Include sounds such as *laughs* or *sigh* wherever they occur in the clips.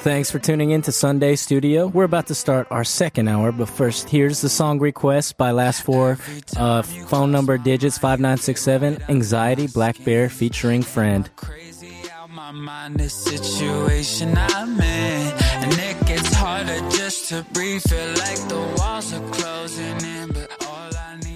Thanks for tuning in to Sunday Studio. We're about to start our second hour, but first, here's the song request by last four uh, phone number digits 5967 Anxiety Black Bear featuring Friend. Crazy out my mind, this situation I'm in. And it gets harder just to breathe. Feel like the walls are closing in, but all I need.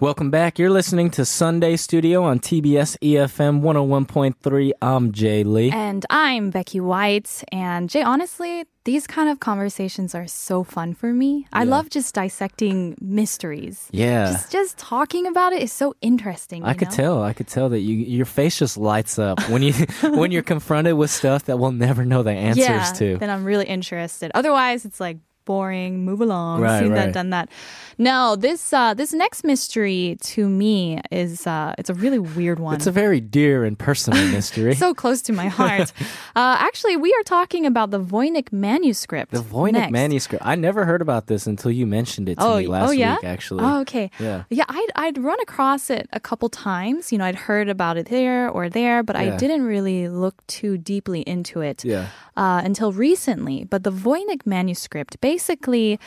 Welcome back. You're listening to Sunday Studio on TBS EFM 101.3. I'm Jay Lee. And I'm Becky White. And Jay, honestly, these kind of conversations are so fun for me. I love just dissecting mysteries. Yeah. Just, just talking about it is so interesting. I you could know? tell. I could tell that you your face just lights up when *laughs* you when you're confronted with stuff that we'll never know the answers yeah, to. Then I'm really interested. Otherwise, it's like boring. Move along. Right, Seen right. that, done that. No, this uh, this next mystery to me is uh, it's a really weird one. It's a very dear and *laughs* personal mystery. so close to my *laughs* heart. uh, actually, we are talking about the Voynich manuscript. the Voynich next. manuscript. I never heard about this until you mentioned it to me last week actually. Oh, okay. Yeah. Yeah, I'd, I'd run across it a couple times. You know, I'd heard about it there or there, but Yeah. I didn't really look too deeply into it Yeah. uh, until recently. But the Voynich manuscript, basically,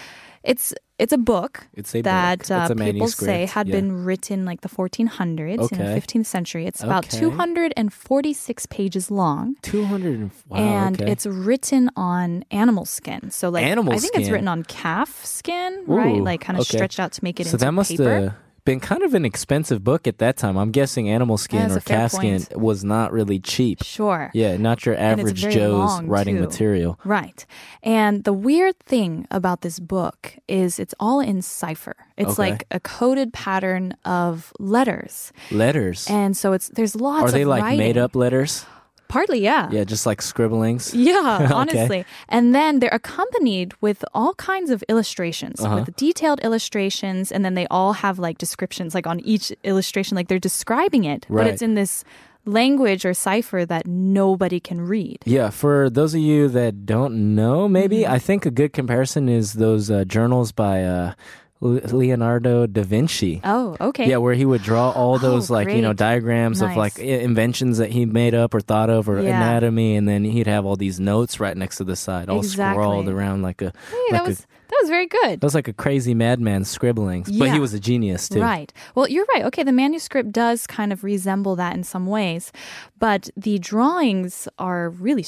it's it's a book It's a book. that It's Uh, a people say manuscript, had yeah. been written like the 1400s in the Okay. 15th century. It's about Okay. 246 pages long. 200 and, wow, and okay. it's written on animal skin. So like Animal I think it's skin? written on calf skin, right? Ooh, Like kind of okay. stretched out to make it so into that must uh, paper. have been kind of an expensive book at that time. I'm guessing animal skin That's or a fair calf skin point. was not really cheap. Sure. Yeah, not your And it's average very Joe's long, writing too. material. Right. And the weird thing about this book is it's all in cipher. It's Okay. like a coded pattern of letters. Letters. And so it's there's lots Are they of like writing. made up letters? Partly, yeah. Yeah, just like scribblings. Yeah, *laughs* Okay. honestly. And then they're accompanied with all kinds of illustrations, Uh-huh. with detailed illustrations, and then they all have like descriptions, like on each illustration, like they're describing it, but Right. it's in this language or cipher that nobody can read. Yeah, for those of you that don't know, maybe Mm-hmm. I think a good comparison is those uh, journals by uh, Le- Leonardo da Vinci. Oh, okay. Oh, Yeah, where he would draw all those like you know great. diagrams of like i- Nice. inventions that he made up or thought of or Yeah. anatomy, and then he'd have all these notes right next to the side, all scrawled Exactly. around like a Hey, like that was a, that was very good. that was like a crazy madman scribblings, but he Yeah. was a genius too. Right. Well, you're right. Okay, the manuscript does kind of resemble that in some ways, but the drawings are really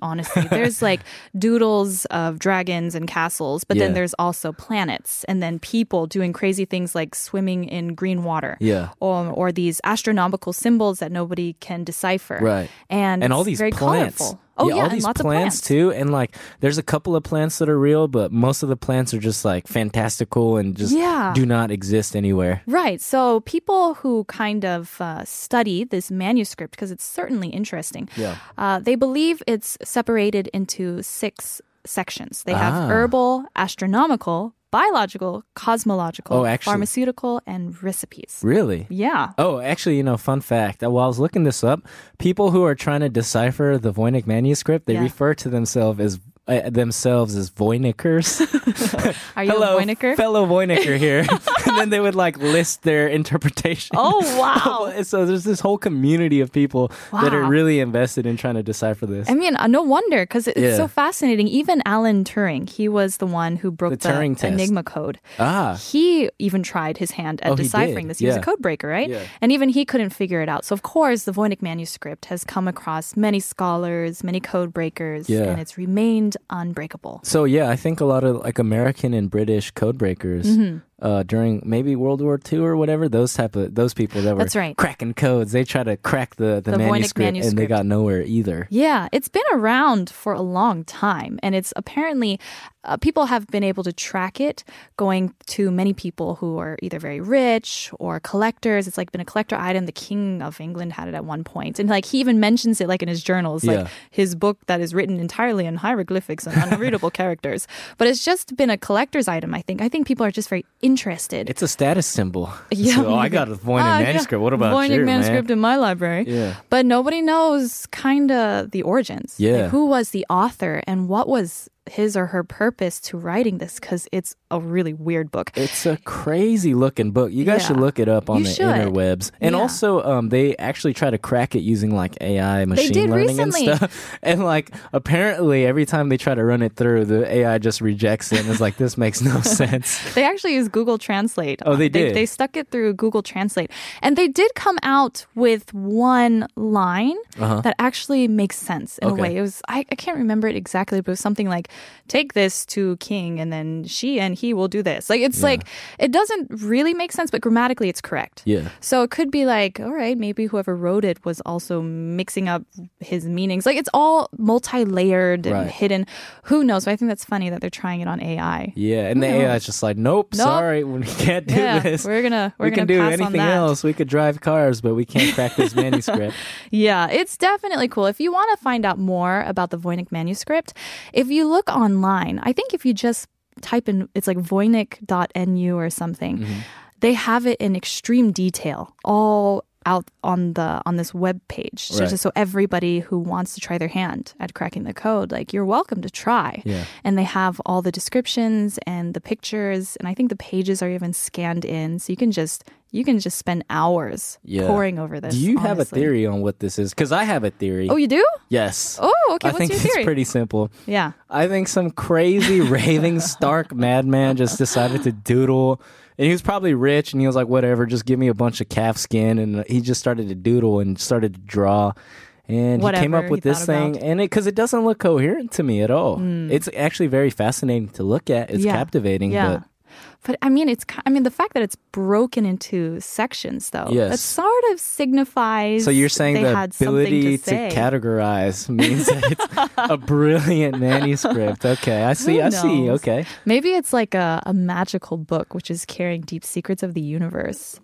*laughs* honestly. There's like doodles of dragons and castles, but then Yeah. there's also planets and then people doing crazy things like swimming in green water. Yeah. Or, or these astronomical symbols that nobody can decipher. Right. And, and it's all these very plants. Colorful. Oh, yeah, all and these lots plants, of plants too. And like, there's a couple of plants that are real, but most of the plants are just like fantastical and just Yeah. do not exist anywhere. Right. So people who kind of uh, study this manuscript, because it's certainly interesting, Yeah. uh, they believe it's separated into six sections. They have Ah. herbal, astronomical, biological, cosmological, Oh, actually- pharmaceutical, and recipes. Really? Yeah. Oh, actually, you know, fun fact. uh, While I was looking this up, people who are trying to decipher the Voynich manuscript, they Yeah. refer to themselves as uh, themselves as Voynichers. *laughs* Are you Hello, a Voynicher? fellow Voynicher *laughs* here. *laughs* and then they would like list their interpretation. oh, wow. And *laughs* So there's this whole community of people that are Wow. really invested in trying to decipher this. I mean, uh, no wonder because it's Yeah. so fascinating. Even Alan Turing, he was the one who broke The the, Turing test. Enigma code. ah, He even tried his hand Oh, at he deciphering did. this. He was Yeah. a code breaker, right? Yeah. And even he couldn't figure it out. So, of course, the Voynich manuscript has come across many scholars, many code breakers, Yeah. and it's remained unbreakable. Mm-hmm. So yeah, I think a lot of like American and British code breakers uh, during maybe World War II or whatever. Those type of those people that were That's right. cracking codes. They try to crack the the, The Voynich manuscript, and they manuscript. got nowhere either. Yeah, it's been around for a long time, and it's apparently uh, people have been able to track it going to many people who are either very rich or collectors. It's like been a collector item. The King of England had it at one point, and like he even mentions it like in his journals, Yeah. like his book that is written entirely in hieroglyphics and unreadable *laughs* characters. But it's just been a collector's item. I think. I think people are just very interested. It's a status symbol. Yeah. *laughs* So, oh, I got a Voynich Ah, yeah. manuscript. What about you, Voynich manuscript man? in my library? Yeah. But nobody knows kind of the origins. Like, Yeah. who was the author and what was his or her purpose to writing this? Because it's a really weird book. It's a crazy looking book. You guys Yeah. should look it up on You the should. interwebs. And Yeah. also, um, they actually try to crack it using like AI machine did learning recently. and stuff. *laughs* And like, apparently, every time they try to run it through, the AI just rejects it and is like, "This makes *laughs* no sense." They actually used Google Translate. Oh, they They, did. stuck it through Google Translate. And they did come out with one line that actually makes sense Uh-huh. in Okay. a way. It was, I, I can't remember it exactly, but it was something like, take this to King and then she and he will do this. Like, it's like, it doesn't really make sense, but grammatically it's correct. Yeah. So it could be like, all right, maybe whoever wrote it was also mixing up his meanings. Like, it's all multi layered and Right. hidden. Who knows? But I think that's funny that they're trying it on AI. Yeah, and the AI is just like, "Nope, Nope. sorry, we can't do Yeah, this. we're gonna- we're we can gonna do pass on anything that." else. We could drive cars, but we can't crack this manuscript." Yeah, it's definitely cool. If you want to find out more about the Voynich manuscript, if you look online, I think if you just type in, it's like voynich.nu or something, Mm-hmm. they have it in extreme detail all out on the on this web page so, Right. just so everybody who wants to try their hand at cracking the code like you're welcome to try Yeah. and they have all the descriptions and the pictures and i think the pages are even scanned in so you can just you can just spend hours Yeah. poring over *laughs* Do this you have a honestly. theory on what this is? Because I have a theory. oh you do yes. Oh, okay. I What's think your theory? it's pretty simple. yeah. I think some *laughs* crazy raving stark madman just decided to doodle. And he was probably rich and he was like, whatever, just give me a bunch of calf skin. And he just started to doodle and started to draw. And he came Whatever up with he this thing. thought about. Mm. And it, because it doesn't look coherent to me at all. It's actually very fascinating to look at. It's Yeah. captivating. Yeah. But I mean, it's. ki- I mean, the fact that it's broken into sections, though, that Yes. sort of But signifies. so you're saying they the had something ability to, to, say. categorize means that it's a *laughs* brilliant manuscript. Okay. I see. Who I see. knows? Okay. Maybe it's like a, a magical book which is carrying deep secrets of the *laughs* universe.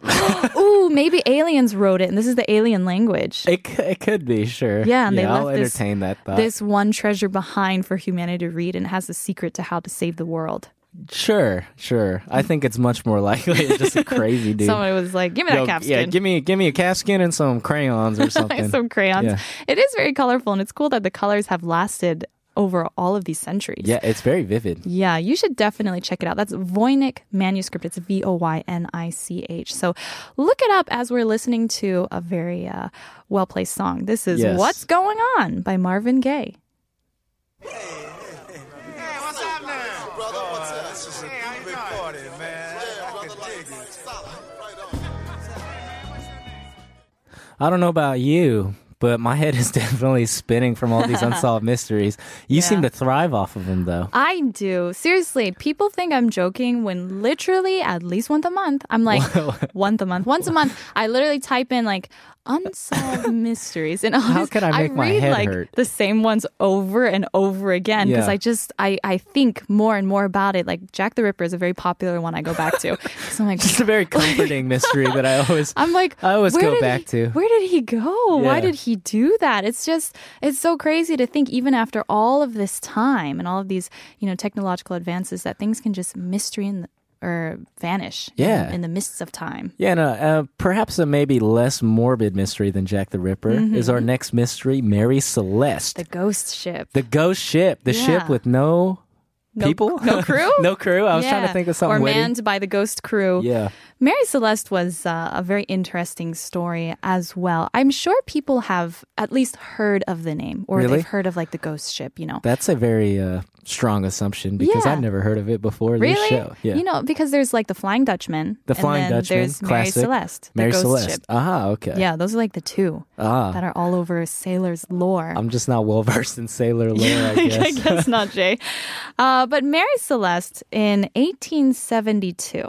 Ooh, maybe aliens wrote it, and this is the alien language. It, c- it could be, sure. Yeah, and they I'll left this- entertain that thought. This one treasure behind for humanity to read, and it has the secret to how to save the world. Sure, sure. I think it's much more likely it's *laughs* just a crazy dude. Somebody was like, "Give me Yo, that calf Yeah, skin." give me give me a calfskin and some crayons *laughs* or something. some crayons. Yeah. It is very colorful, and it's cool that the colors have lasted over all of these centuries. yeah, it's very vivid. Yeah, you should definitely check it out. That's Voynich Manuscript. It's V O Y N I C H. So look it up as we're listening to a very uh, well placed song. This is Yes. What's Going On by Marvin Gaye. I don't know about you, but my head is *laughs* definitely spinning from *laughs* all these unsolved mysteries. You seem to thrive off of them, though. I do. Seriously, people think I'm joking when literally at least once a month, I'm like, *laughs* once a month, once a month, I literally type in like *laughs* unsolved mysteries. And How could I make read my head like hurt? the same ones over and over again because Yeah. I just, I, I think more and more about it. Like Jack the Ripper is a very popular one I go *laughs* back to. so I'm like, It's a very comforting mystery that I always. *laughs* I'm like, I always where go did back he- to. where did he go? Why Yeah. did he do that? It's just, it's so crazy to think, even after all of this time and all of these, you know, technological advances, that things can just mystery in the, or vanish. in- Yeah. in, the mists of time. Yeah, no, uh, perhaps a maybe less morbid mystery than Jack the Ripper is our next mystery, Mary Celeste. Mm-hmm. The ghost ship. The ghost ship, the Yeah. ship with no, No- people, *laughs* no crew? no crew. I was trying to Yeah. think of something Or witty. manned by the ghost crew. Yeah, Mary Celeste was uh, a very interesting story as well. I'm sure people have at least heard of the name or Really? they've heard of like the ghost ship, you know. that's a very uh, strong assumption because Yeah. I've never heard of it before Really? this show. Yeah, You know, because there's like the Flying Dutchman. the Flying and then Dutchman, There's classic. Mary Celeste. The Mary ghost Celeste. Ship. Ah, okay. Yeah, those are like the two Ah, that are all over sailors' lore. I'm just not well *laughs* versed in sailor *laughs* lore. I I guess. guess not, Jay. Uh, but Mary Celeste in 1872.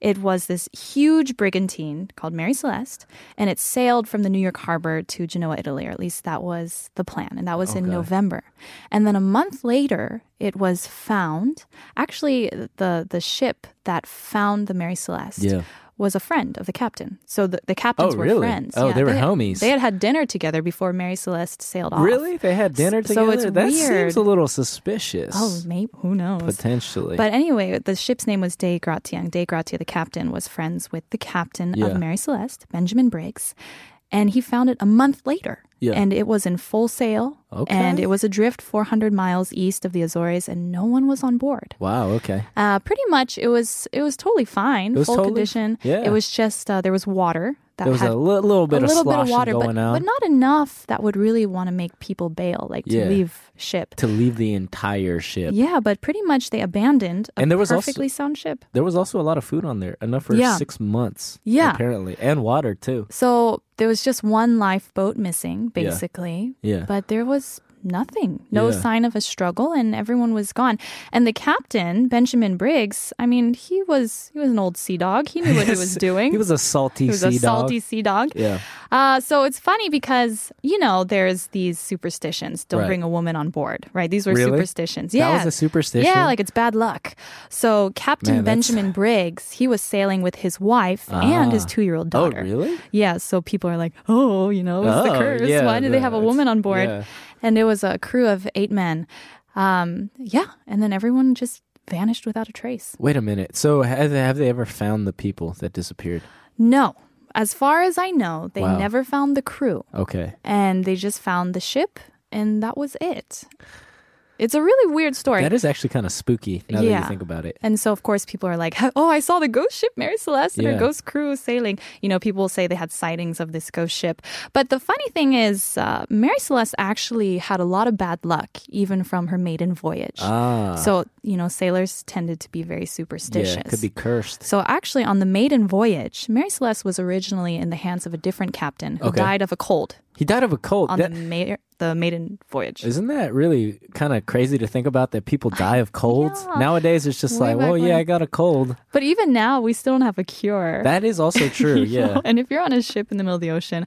It was this huge brigantine called Mary Celeste, and it sailed from the New York harbor to Genoa, Italy, or at least that was the plan. And that was Oh, in November. And then a month later, it was found. Actually, the, the ship that found the Mary Celeste Yeah. was a friend of the captain. So the, the captains Oh, were really? friends. Oh, they were had- homies. They had had dinner together before Mary Celeste sailed off. Really? They had dinner So together? it's that weird. seems a little suspicious. Oh, maybe. Who knows? potentially. But anyway, the ship's name was De Gratiang. De Gratia, the captain, was friends with the captain Yeah. of Mary Celeste, Benjamin Briggs, and he found it a month later. Yeah. And it was in full sail, Okay. and it was adrift 400 miles east of the Azores, and no one was on board. wow, okay. Uh, pretty much, it was it was totally fine, was full totally- condition. yeah. It was just uh, there was water that There was had a li- little bit of a little bit sloshing of water, going but, on but not enough that would really want to make people bail, like Yeah. to leave ship. to leave the entire ship. Yeah, but pretty much they abandoned a And there was also- perfectly sound ship. There was also a lot of food on there, enough for Yeah. six months. Yeah. Apparently. And water, too. So there was just one lifeboat missing, basically. Yeah. But there was nothing, no Yeah. sign of a struggle, and everyone was gone. And the captain, Benjamin Briggs, I mean, he was he was an old sea dog. He knew *laughs* what *laughs* he was doing. He was a salty He was sea a salty dog. sea dog. Yeah. Uh, so it's funny because you know there's these superstitions. Don't Right. bring a woman on board, right? These were Really? superstitions. That Yeah, was a superstition? Yeah, like it's bad luck. So Man, Captain that's- Benjamin Briggs, he was sailing with his wife and his Ah. two-year-old Oh, daughter. really? Yeah, so people are like, oh, you know, it's the Oh, curse. yeah, Why did they have a that's- woman on board? yeah. And it was a crew of eight men. Um, yeah, and then everyone just vanished without a trace. Wait a minute. So, have they, have they ever found the people that disappeared? No, as far as I know, they Wow. never found the crew. Okay. and they just found the ship and that was it. It's a really weird story. That is actually kind of spooky now that you Yeah. think about it. and so, of course, people are like, *laughs* oh, I saw the ghost ship Mary Celeste and Yeah. her ghost crew sailing. You know, people say they had sightings of this ghost ship. But the funny thing is, uh, Mary Celeste actually had a lot of bad luck, even from her maiden voyage. Ah. So, you know, sailors tended to be very superstitious. Yeah, it could be cursed. So actually, on the maiden voyage, Mary Celeste was originally in the hands of a different captain who Okay. died of a cold He died of a cold. on That- the, ma- the maiden voyage. Isn't that really kind of crazy to think about that people die of colds? Yeah. Nowadays, it's just Way like, back well, yeah, I when. got a cold. But even now, we still don't have a cure. *laughs* That is also true, You know? yeah. And if you're on a ship in the middle of the ocean,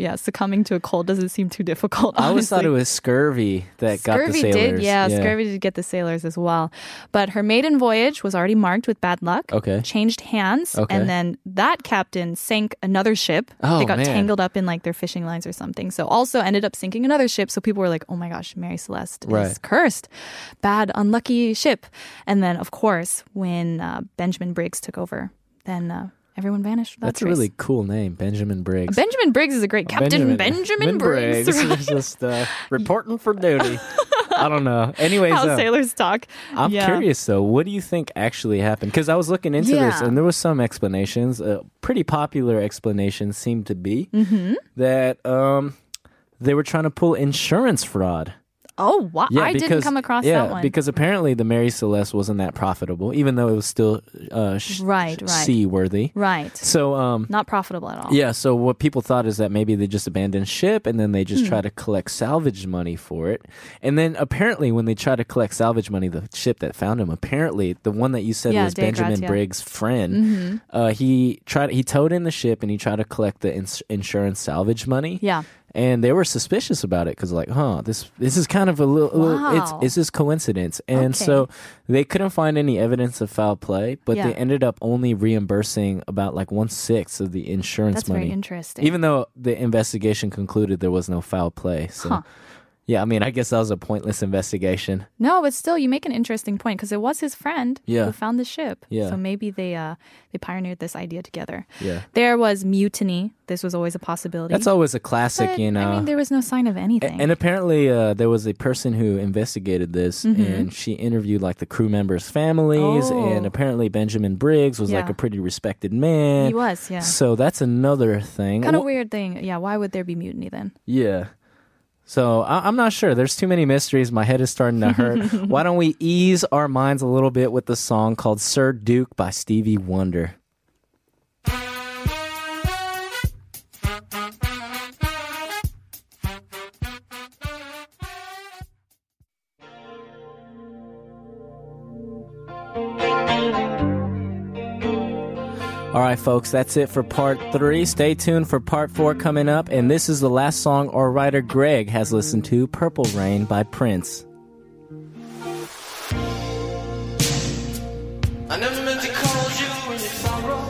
yeah, succumbing to a cold doesn't seem too difficult. I always thought it honestly. was scurvy that got the Scurvy sailors. did, yeah, Scurvy did get the sailors as well. But her maiden voyage was already marked with bad luck. Okay. Changed hands. Okay. And then that captain sank another ship. Oh, they got man. tangled up in like their fishing lines or something. So also ended up sinking another ship. So people were like, oh my gosh, Mary Celeste Right. is cursed. Bad, unlucky ship. And then, of course, when uh, Benjamin Briggs took over, then uh, everyone vanished. Without That's a trace. really Oh, cool name, Benjamin Briggs. Benjamin Briggs is a great captain. Benjamin, Briggs. *laughs* right? It's just uh, reporting for duty. I don't *laughs* know. Anyways, How uh, sailors talk. I'm Yeah. curious though. What do you think actually happened? Because I was looking into this, Yeah. and there was some explanations. Uh, pretty popular explanations seem to be Mm-hmm. that um, they were trying to pull insurance fraud. Oh, wow. I didn't come across yeah, that one. because apparently the Mary Celeste wasn't that profitable, even though it was still uh, sh- Right, sh- right. seaworthy. right. So, um, Not profitable at all. yeah. So what people thought is that maybe they just abandoned ship and then they Hmm. just try to collect salvage money for it. And then apparently, when they try to collect salvage money, the ship that found him, apparently the one that you said Yeah, Mm-hmm. was Dave Benjamin Gratia. Briggs' friend, uh, he tried he towed in the ship and he tried to collect the ins- insurance salvage money. Yeah. And they were suspicious about it because, like, huh, this this is kind of a little, little- it's Wow. it's just coincidence. And Okay. so they couldn't find any evidence of foul play, but Yeah. they ended up only reimbursing about like one sixth of the insurance That's money. very interesting. Even though the investigation concluded there was no foul play. So, yeah, I mean, I guess that was a pointless investigation. no, but still, you make an interesting point because it was his friend Yeah. who found the ship. Yeah. So maybe they uh, they pioneered this idea together. Yeah. There was mutiny. This was always a possibility. That's always a classic, But, you know. I mean, there was no sign of anything. and apparently, uh, there was a person who investigated this, Mm-hmm. and she interviewed like the crew members' families. And Oh. apparently, Benjamin Briggs was like Yeah. a pretty respected man. he was, yeah. So that's another thing. Kind of Wh- weird thing. Yeah. Why would there be mutiny then? Yeah. So I- I'm not sure. There's too many mysteries. My head is starting to hurt. Why don't we ease our minds a little bit with the song called Sir Duke by Stevie Wonder? All right, folks, that's it for part three. Stay tuned for part four coming up. And this is the last song our writer Greg has listened to Purple Rain by Prince. I never meant to call you when you sorrow.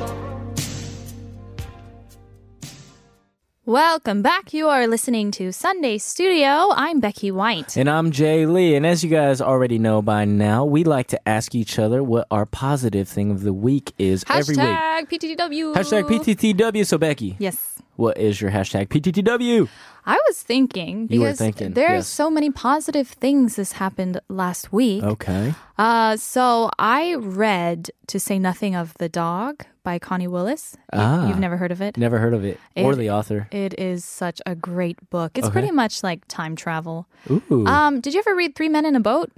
Welcome back. You are listening to Sunday Studio. I'm Becky White. And I'm Jay Lee. And as you guys already know by now, we like to ask each other what our positive thing of the week is every week. Hashtag PTTW. Hashtag PTTW. So, Becky, Yes. what is your hashtag PTTW? I was thinking You were because thinking, there are yes. so many positive things this happened last week. Okay. Uh, so I read To Say Nothing of the Dog by Connie Willis. You- Ah. You've never heard of it? Never heard of it, or It- the author. It is such a great book. It's Okay. pretty much like time travel. Ooh. Um, did you ever read Three Men in a Boat?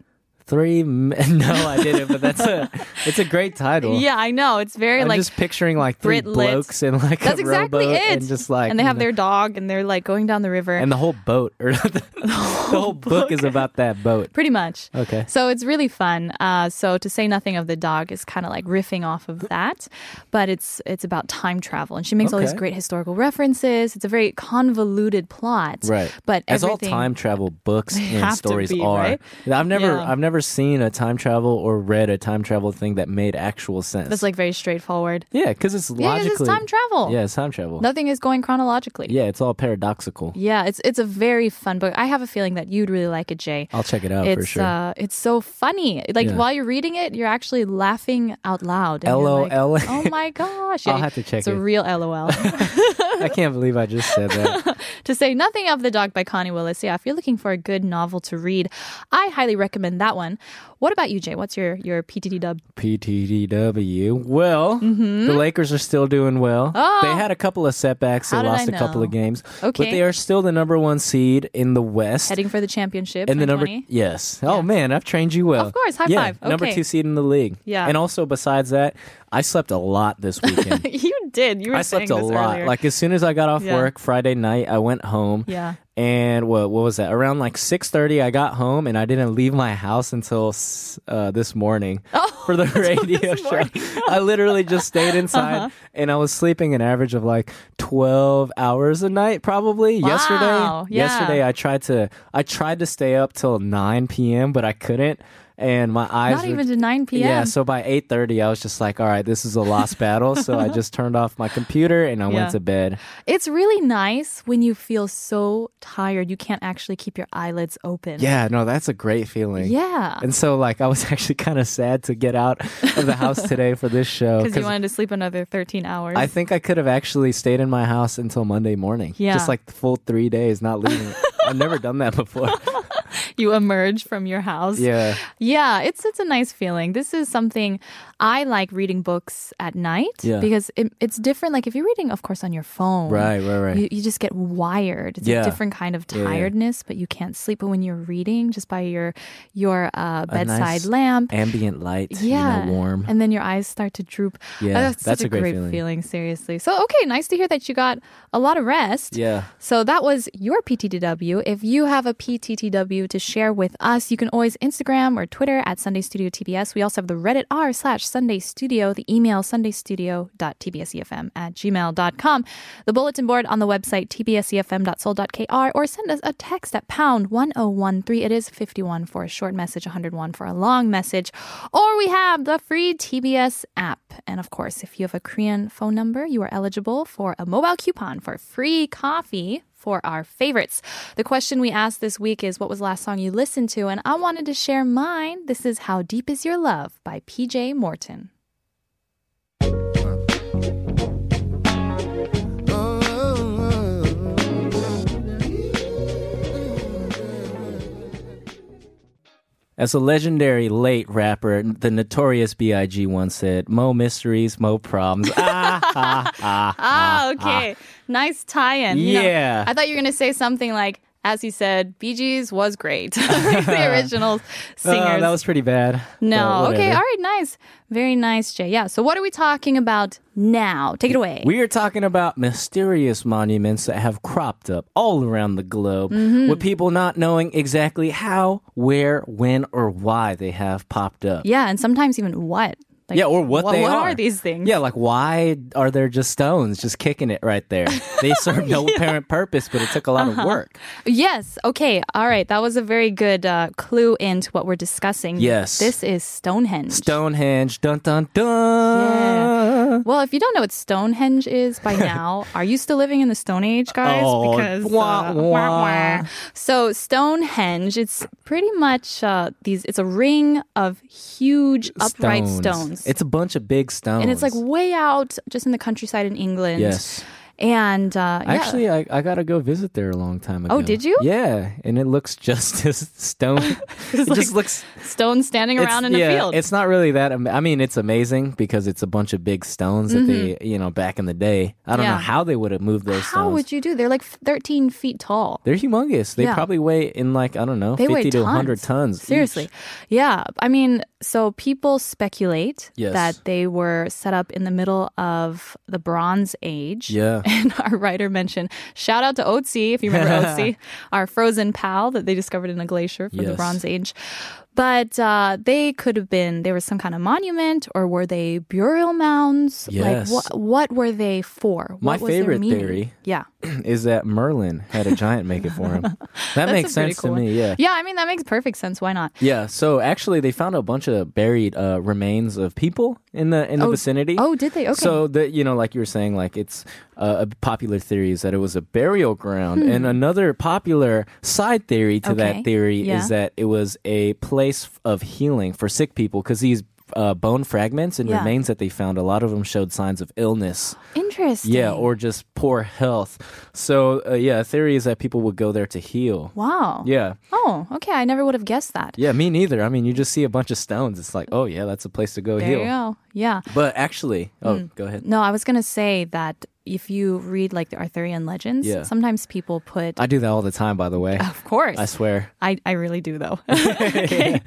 Uh, Three. m *laughs* no, I didn't. But that's a. It's a great title. Yeah, I know. It's very I'm like just picturing like three Brit lit. blokes and like that's a exactly rowboat it. and just like and they you have know, their dog and they're like going down the river. and the whole boat or *laughs* the, the whole book is about that *laughs* boat. pretty much. Okay. So it's really fun. Uh, so to say nothing of the dog is kind of like riffing off of that, but it's it's about time travel, and she makes all these Okay. great historical references. It's a very convoluted plot, Right. But as all everything, time travel books and have to stories be, are. right? I've never Yeah. I've never seen a time travel or read a time travel thing that made actual sense. That's like very straightforward. yeah, cuz it's Yeah, 'cause logically it's time travel. Yeah, it's time travel. Nothing is going chronologically. Yeah, it's all paradoxical. Yeah, it's it's a very fun book. I have a feeling that you'd really like it, Jay. I'll check it out it's Oh, for sure. uh, it's so funny. Like Yeah. while you're reading it, you're actually laughing out loud. and you're like, LOL. oh my gosh! *laughs* I'll have to check It's a it. real LOL. *laughs* I can't believe I just said *laughs* that. to say nothing of the dog by Connie Willis. Yeah, if you're looking for a good novel to read, I highly recommend that one. What about you, Jay? What's your your PTD dub? PTDW. Well, the Lakers are still doing well. Mm-hmm. Oh. They had a couple of setbacks. They How did I lost a couple know? of games. But Okay. they are still the number one seed in the West. Heading for the championship. and the number 2020? yes. Oh man, I've trained you well. Of course, high yeah, five. Number Okay. two seed in the league. Yeah. And also besides that, I slept a lot this *laughs* weekend. *laughs* you did. You were I slept a saying this lot. earlier. Like as soon as I got off Yeah. work Friday night, I went home. Yeah. And what what was that? Around like six thirty, I got home and I didn't leave my house until s- uh, this *laughs* morning Oh, for the radio show. I literally just stayed inside Uh-huh. and I was sleeping an average of like twelve hours a night, probably. Wow, Yesterday, yeah. yesterday I tried to I tried to stay up till nine p.m., but I couldn't, and my eyes not were- even to 9 p.m. yeah, so by 8:30 I was just like, all right, this is a lost battle, so I *laughs* just turned off my computer and I Yeah. went to bed. It's really nice when you feel so tired you can't actually keep your eyelids open. Yeah, no, that's a great feeling. Yeah. And so like I was *laughs* actually kind of sad to get out of the *laughs* house today for this show Because you wanted to sleep another 13 hours. I think I could have actually stayed in my house until Monday morning. Yeah. Just like the full 3 days not leaving. *laughs* I've never done that before. *laughs* you emerge from your house. Yeah. Yeah, it's it's a nice feeling. This is something I like reading books at night Yeah. because it, it's different. Like if you're reading, of course, on your phone, Right, right, right. You, you just get wired. It's Yeah. a different kind of Yeah, yeah. tiredness, but you can't sleep. But when you're reading, just by your your A uh, nice bedside lamp. Ambient light, you know, yeah, warm. and then your eyes start to droop. Yeah, Oh, that's such a great feeling. feeling. Seriously, so okay, nice to hear that you got a lot of rest. yeah. So that was your PTTW. If you have a PTTW to share with us, you can always Instagram or Twitter at Sunday Studio TBS. We also have the Reddit r slash Sunday Studio, the email sundaystudio.tbsefm at gmail.com, the bulletin board on the website tbsefm.soul.kr, or send us a text at pound 1013. It is 51 for a short message, 101 for a long message. Or we have the free TBS app. And of course, if you have a Korean phone number, you are eligible for a mobile coupon for free coffee for our favorites. The question we asked this week is what was the last song you listened to? And I wanted to share mine. This is How Deep Is Your Love by PJ Morton. As a legendary late rapper, the notorious B.I.G. once said, Mo mysteries, mo problems. *laughs* Ah, ah, ah. Ah, okay. nice tie in. Yeah. I thought you were going to say something like, as you said, Bee Gees was *laughs* great. *laughs* the original singers. Oh, that was pretty bad. No. But okay. whatever. All right. Nice. Very nice, Jay. Yeah. So, what are we talking about now? Take it away. We are talking about mysterious monuments that have cropped up all around the globe, Mm-hmm. with people not knowing exactly how, where, when, or why they have popped up. yeah. And sometimes even what? Like, yeah, or what wha- they what are. these things? Yeah, like why are there just stones just kicking it right *laughs* there? They serve no apparent purpose, but it took a lot Uh-huh. of work. Yes. Okay. All right. That was a very good uh, clue into what we're discussing. Yes. This is Stonehenge. Stonehenge, dun dun dun. Well, if you don't know what Stonehenge is *laughs* by now, are you still living in the Stone Age, guys? Oh, because wah, uh, wah. so Stonehenge, it's pretty much uh, these. It's a ring of huge upright stones. It's a bunch of big stones. and it's like way out, just in the countryside in England. yes. And uh, yeah. Actually, I, I got to go visit there a long time ago. Oh, did you? Yeah, and it looks just *laughs* as *laughs* stone. it like just looks stones standing around in yeah, a field. It's not really that. am- I mean, it's amazing because it's a bunch of big stones that they, you know, back in the day. I don't know Mm-hmm. Yeah. how they would have moved those How stones. would you do? They're like 13 feet tall. They're humongous. They Yeah. probably weigh in like I don't know, They fifty weigh to hundred tons. each. Seriously. Yeah. I mean, so people speculate Yes. that they were set up in the middle of the Bronze Age. Yeah. *clears throat* *laughs* And our writer mentioned, shout out to Otzi, if *laughs* you remember Otzi, our frozen pal that they discovered in a glacier from the Yes. Bronze Age. But uh, they could have been, there was some kind of monument or were they burial mounds? Yes. Like, what, what were they for? My What was their favorite meaning? theory Yeah. Is that Merlin had a giant make it for *laughs* him? That That's makes a pretty sense cool to one. me. Yeah. Yeah. I mean, that makes perfect sense. Why not? Yeah, so actually, they found a bunch of buried uh, remains of people in the in the Oh, vicinity. oh, did they? Okay. So the you know, like you were saying, like it's uh, a popular theory is that it was a burial ground, and another popular side theory to Hmm. Okay. that theory Yeah. is that it was a place of healing for sick people because these. Uh, bone fragments and Yeah. remains that they found, a lot of them showed signs of illness. Interesting. Yeah, or just poor health. So, uh, yeah, a theory is that people would go there to heal. Wow. Yeah. Oh, okay. I never would have guessed that. Yeah, me neither. I mean, you just see a bunch of stones. It's like, oh yeah, that's a place to go There heal. you go. Mm. Yeah. But actually, oh, go ahead. No, I was going to say that if you read like the Arthurian legends, Yeah. sometimes people put, I do that all the time, by the way. of course. I swear. I, I really do *laughs* though. Okay.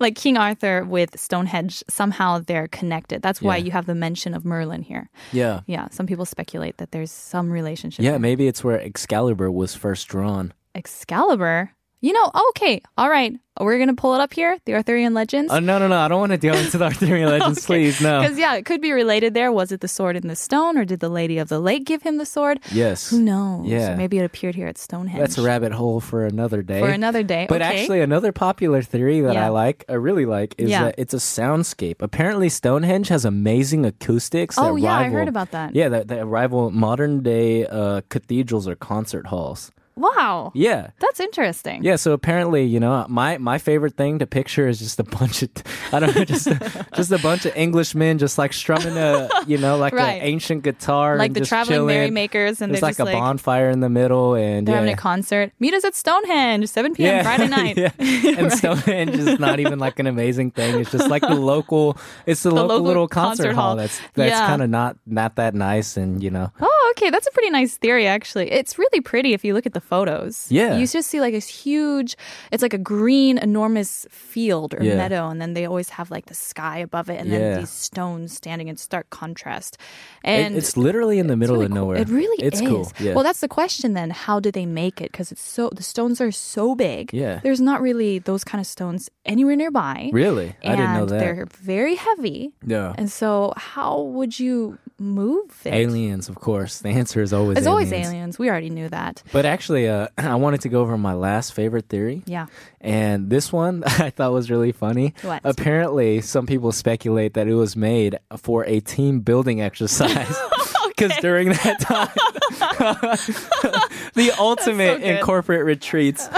Like King Arthur with Stonehenge, somehow they're connected. That's why Yeah. you have the mention of Merlin here. Yeah. Yeah, some people speculate that there's some relationship. Yeah, there. maybe it's where Excalibur was first drawn. Excalibur. You know, okay, all right. We're going to pull it up here, the Arthurian legends. Oh no, no, no! I don't want to delve into the *laughs* Arthurian legends, please. No. Because, yeah, it could be related there. Was it the sword in the stone, or did the Lady of the Lake give him the sword? Yes. Who knows? Yeah. Maybe it appeared here at Stonehenge. That's a rabbit hole for another day. For another day. But okay. actually, another popular theory that I Yeah. like, I really like, is Yeah. that it's a soundscape. Apparently, Stonehenge has amazing acoustics. Oh, that yeah, I rival, heard about that. Yeah, that, that rival modern day uh, cathedrals or concert halls. Wow. Yeah. That's interesting. Yeah, so apparently, you know, my my favorite thing to picture is just a bunch of *laughs* I don't know, just just a bunch of Englishmen just like strumming a you know like Right. an ancient guitar, Like and the just traveling chilling. merrymakers, and There's they're like just a like- bonfire in the middle, and They're yeah, having a concert. Meet us at Stonehenge, 7 p.m. Friday night. *laughs* yeah. *laughs* And Stonehenge is not even like an amazing thing. It's just like the local, it's the, local, local little concert, concert hall. hall. That's that's Yeah. kind of not not that nice, and you know, Oh, okay. That's a pretty nice theory, actually. It's really pretty if you look at the photos. Yeah. You just see like this huge, it's like a green, enormous field or Yeah. meadow, and then they always have like the sky above it, and Yeah. then these stones standing in stark contrast. It- And it's literally in the middle really of cool. nowhere. It really it's is. cool. Yeah. Well, that's the question then. How do they make it? Because it's so the stones are so big. Yeah. There's not really those kind of stones anywhere nearby. really, I And didn't know that. They're very heavy. Yeah. And so, how would you move it? Aliens, of course. The answer is always It's aliens. always aliens. We already knew that. But actually, uh, *clears throat* I wanted to go over my last favorite theory. Yeah. And this one *laughs* I thought was really funny. What? Apparently, some people speculate that it was made for a team building *laughs* exercise. Because during that time, *laughs* the ultimate in good. Uh-huh. corporate retreats.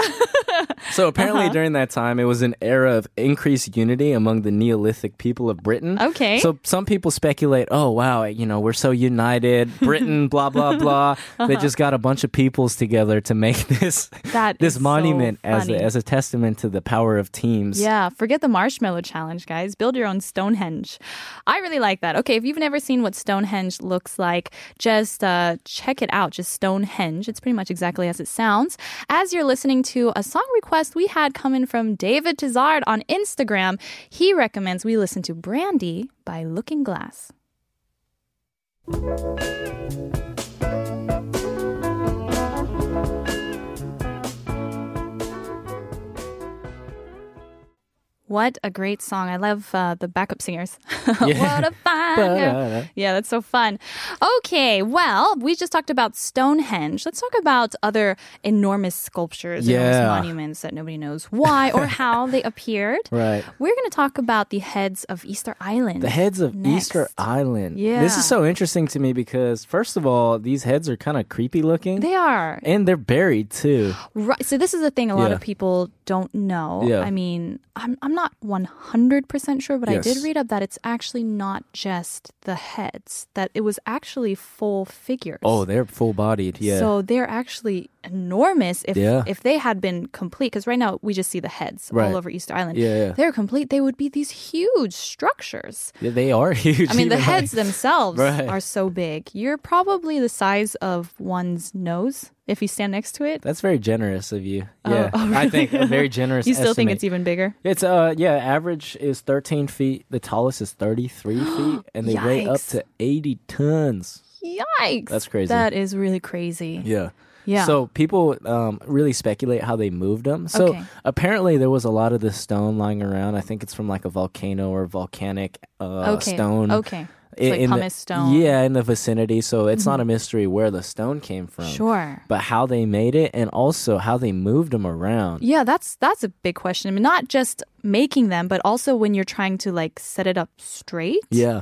so apparently, during that time, it was an era of increased unity among the Neolithic people of Britain. Okay. So some people speculate, oh wow, you know, we're so *laughs* united, Britain, blah blah blah. They Uh-huh. just got a bunch of peoples together to make *laughs* this That this is so monument as a, funny. as a testament to the power of teams. Yeah, forget the marshmallow challenge, guys. Build your own Stonehenge. I really like that. Okay, if you've never seen what Stonehenge looks like, just uh, check it out. Just Stonehenge. It's pretty much exactly as it sounds. As you're listening to a song request we had coming from David Tizard on Instagram, he recommends we listen to Brandy by Looking Glass. What a great song. I love uh, the backup singers. *laughs* Yeah. uh, what a Ba-da-da. fun. Yeah, that's so fun. Okay, well, we just talked about Stonehenge. Let's talk about other enormous sculptures, Yeah. enormous monuments that nobody knows why *laughs* or how they appeared. Right. We're going to talk about the heads of Easter Island. The heads of next. Easter Island. Yeah. This is so interesting to me because, first of all, these heads are kind of creepy looking. They are. and they're buried *gasps* too. Right. So this is the thing a lot Yeah. of people don't know. Yeah. I mean, I'm I'm not 100% sure, but I Yes. did read up that it's actually not just the heads, that it was actually full figures. Oh, they're full bodied. Yeah. So they're actually enormous if Yeah. if they had been complete cuz right now we just see the heads Right. all over Easter Island. Yeah, yeah. They're complete, they would be these huge structures. Yeah, they are *laughs* huge. I mean, even, the like- heads *laughs* themselves Right. are so big. You're probably the size of one's nose if you stand next to it. That's very generous of you. Yeah, oh, I think a really? *laughs* very generous. You still think estimate. it's even bigger? It's uh yeah, average is 13 feet. The tallest is 33 feet, and they weigh up Yikes. to 80 tons. Yikes. That's crazy. That is really crazy. Yeah. Yeah. So people um, really speculate how they moved them. So Okay. apparently there was a lot of this stone lying around. I think it's from like a volcano or volcanic uh, okay. stone. Okay. It's i- like in the- pumice stone. Mm-hmm. Yeah, in the vicinity. So it's not a mystery where the stone came from. Sure. But how they made it and also how they moved them around. Yeah, that's that's a big question. I mean, not just making them, but also when you're trying to like set it up straight. Yeah.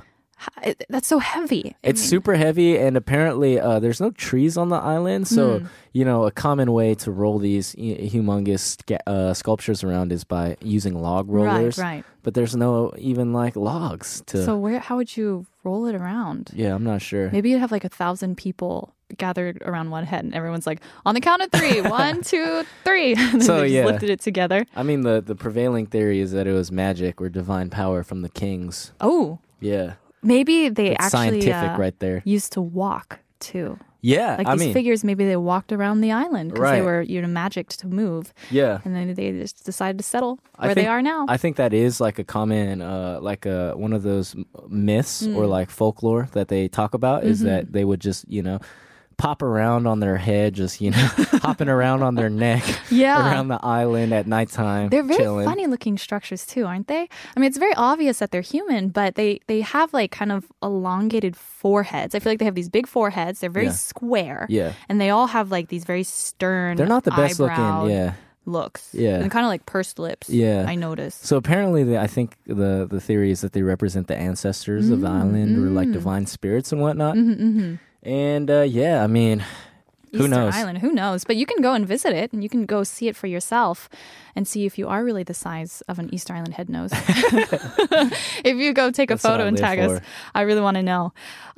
H- it- That's so heavy. It's super heavy, and apparently uh, there's no trees on the island. So, Hmm. you know, a common way to roll these y- humongous sca- uh, sculptures around is by using log rollers. right. But there's no even like logs to. So where how would you roll it around? yeah, I'm not sure. Maybe you'd have like a thousand people gathered around one head, and everyone's like, on the count of *laughs* three, one, two, three. *laughs* And then So, they just yeah. lifted it together. I mean, the, the prevailing theory is that it was magic or divine power from the kings. Oh, Yeah. maybe they It's actually scientific uh, right there. used to walk too. Yeah. Like I mean, these figures, maybe they walked around the island because Right. they were you know magicked to move, yeah. and then they just decided to settle I where think- they are now. I think that is like a common, uh, like a one of those m- myths Mm. or like folklore that they talk about is Mm-hmm. that they would just you know pop around on their head, just you know *laughs* hopping around on their neck, *laughs* Yeah. *laughs* around the island at nighttime. they're very chilling. funny looking structures too, aren't they? I mean, it's very obvious that they're human, but they they have like kind of elongated foreheads. I feel like they have these big foreheads. They're very Yeah. square, Yeah. and they all have like these very stern. They're not the best eyebrowed looking. Yeah. looks. Yeah. and kind of like pursed lips. Yeah. I noticed. So apparently, the, I think the the theory is that they represent the ancestors of the Mm, island or like divine spirits and whatnot. And uh, yeah, I mean, who Mm-hmm, Easter knows? Island, who knows? But you can go and visit it and you can go see it for yourself and see if you are really the size of an Easter Island *laughs* head nose. *laughs* if you go take a That's what photo I and live tag us, for. I really want to know.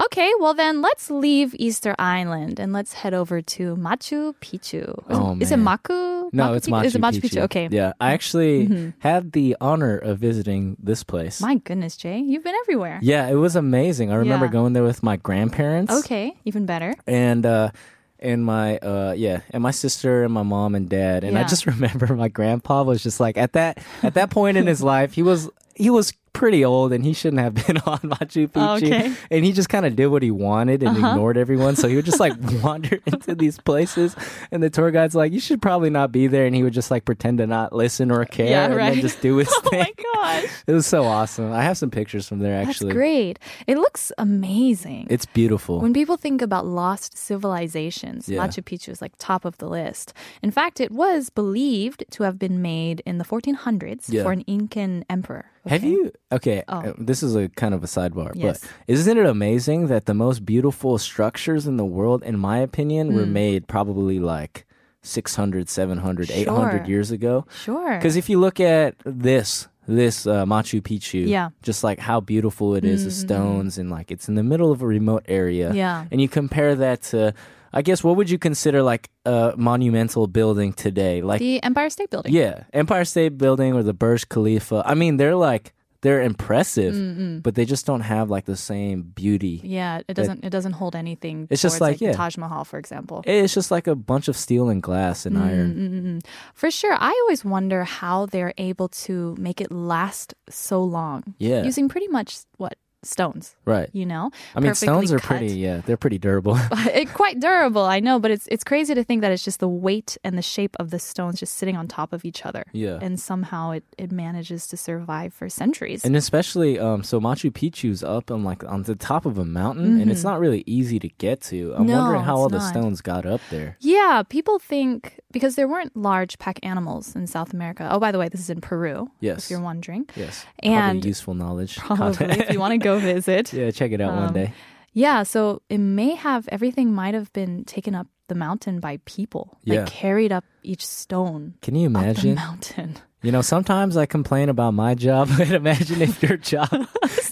Okay, well then let's leave Easter Island and let's head over to Machu Picchu. Is, Oh, is it man. Machu? No, it's Machu, Is it Machu Picchu. Picchu? Okay. Mm-hmm. Yeah, I actually had the honor of visiting this place. My goodness, Jay, you've been everywhere. yeah, it was amazing. I remember Yeah. going there with my grandparents. Okay, *laughs* even better. And uh and my uh yeah, and my sister and my mom and dad. And I Yeah. just *laughs* remember my grandpa was just like at that at that point in his life, he was he was pretty old and he shouldn't have *laughs* been on Machu Picchu. Okay. Uh-huh. And he just kind of did what he wanted and ignored everyone. So he would just like *laughs* wander into these places and the tour guide's like, You should probably not be there and he would just like pretend to not listen or care Yeah, and right. then just *laughs* do his Oh thing. my gosh. It was so awesome. I have some pictures from there actually. That's great. It looks amazing. It's beautiful. When people think about lost civilizations, Yeah. Machu Picchu is like top of the list. In fact, it was believed to have been made in the 1400s Yeah. for an Incan emperor. Have okay? Oh. you? Okay, uh, this is a kind of a sidebar, but Yes. isn't it amazing that the most beautiful structures in the world, in my opinion, Hmm. were made probably like 600, 700, 800 Sure. years ago? Sure. Because if you look at this, this uh, Machu Picchu, Yeah. Mm-hmm. just like how beautiful it is, the stones, and like it's in the middle of a remote area. Yeah. And you compare that to, I guess, what would you consider like a monumental building today? Like the Empire State Building. yeah, Empire State Building or the Burj Khalifa. I mean, they're like they're impressive, but they just don't have like the same beauty. Yeah, it doesn't it doesn't hold anything. It's just towards, like, yeah. the Taj Mahal, for example. It's just like a bunch of steel and glass and iron. For sure, I always wonder how they're able to make it last so long. Yeah. Using pretty much what stones. Right. You know, I mean, Perfectly stones are cut. pretty. Yeah, they're pretty *laughs* durable. *laughs* it, quite durable, I know, but it's it's crazy to think that it's just the weight and the shape of the stones just sitting on top of each other. Yeah. And somehow it, it manages to survive for centuries. and especially, um, so Machu Picchu's up on like on the top of a mountain, and it's not really easy to get to. I'm Mm-hmm. No, wondering how it's all the not. stones got up there. yeah, people think because there weren't large pack animals in South America. Oh, by the way, this is in Peru. Yes. If *laughs* you're wondering. Yes, And- probably useful knowledge. *laughs* Probably, Um, content. if you want to *laughs* go visit. yeah, check it out one day. Yeah, so it may have everything might have been taken up the mountain by people, Yeah. like carried up each stone Can you up the imagine? mountain. *laughs* You know, sometimes I complain about my job, *laughs* but imagine if your *laughs* job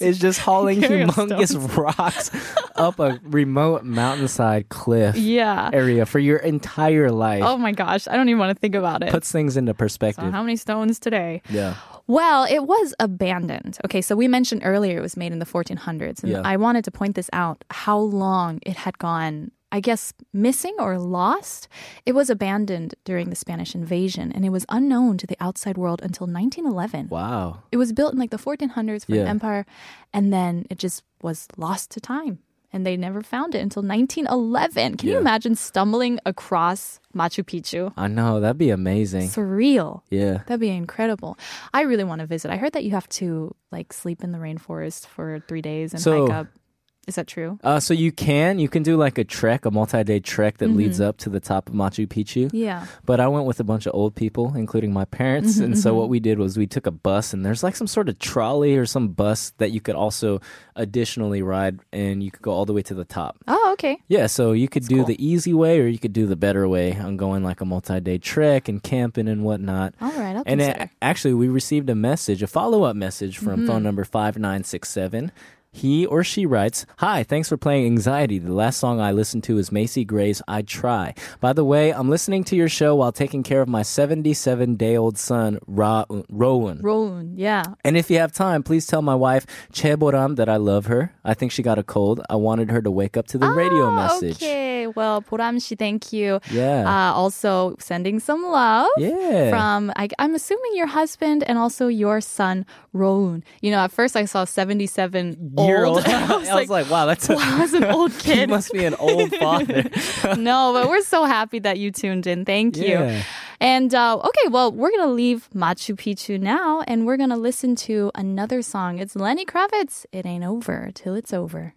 is just hauling Carry up humongous *laughs* rocks up a remote mountainside cliff Yeah. area for your entire life. Oh Uh-huh. my gosh, I don't even want to think about it. Puts things into So perspective. how many stones today? yeah. Well, it was abandoned. Okay, so we mentioned earlier it was made in the 1400s, and Yeah. I wanted to point this out how long it had gone. I guess missing or lost. It was abandoned during the Spanish invasion and it was unknown to the outside world until 1911. Wow. It was built in like the 1400s for Yeah. an empire and then it just was lost to time and they never found it until 1911. Can you Yeah. imagine stumbling across Machu Picchu? I know. That'd be amazing. Surreal. yeah. That'd be incredible. I really want to visit. I heard that you have to like sleep in the rainforest for three days and So- hike up. Is that true? Uh, so you can you can do like a trek, a multi-day trek that leads Mm-hmm. up to the top of Machu Picchu. Yeah. But I went with a bunch of old people, including my parents. and so what we did was we took a bus, and there's like some sort of trolley or some bus that you could also additionally ride, and you could go all the way to the top. Oh, okay. Yeah, so you could do the easy way, or you could do the better way on going like a multi-day trek and camping and whatnot. All right. I'll And uh, consider. a- actually, we received a message, a follow up message from Mm-hmm. phone number 5967. He or she writes, Hi, thanks for playing Anxiety. The last song I listened to is Macy Gray's I Try. By the way, I'm listening to your show while taking care of my 77 day old son, Ra- Rowan. Roland. Yeah. And if you have time, please tell my wife, Cheboram, that I love her. I think she got a cold. I wanted her to wake up to the radio Oh, message. Okay. Well, Poramshi, thank you. Yeah. Uh, also sending some love. Yeah. From I, I'm assuming your husband and also your son Roland. You know, at first I saw 77 Year old. *laughs* I was like, wow, that's a, wow, *laughs* that's an old he kid. must be an old father. no, but we're so happy that you tuned in. Thank you. Yeah. And uh, okay, well, we're going to leave Machu Picchu now and we're going to listen to another song. It's Lenny Kravitz. It ain't over till it's over.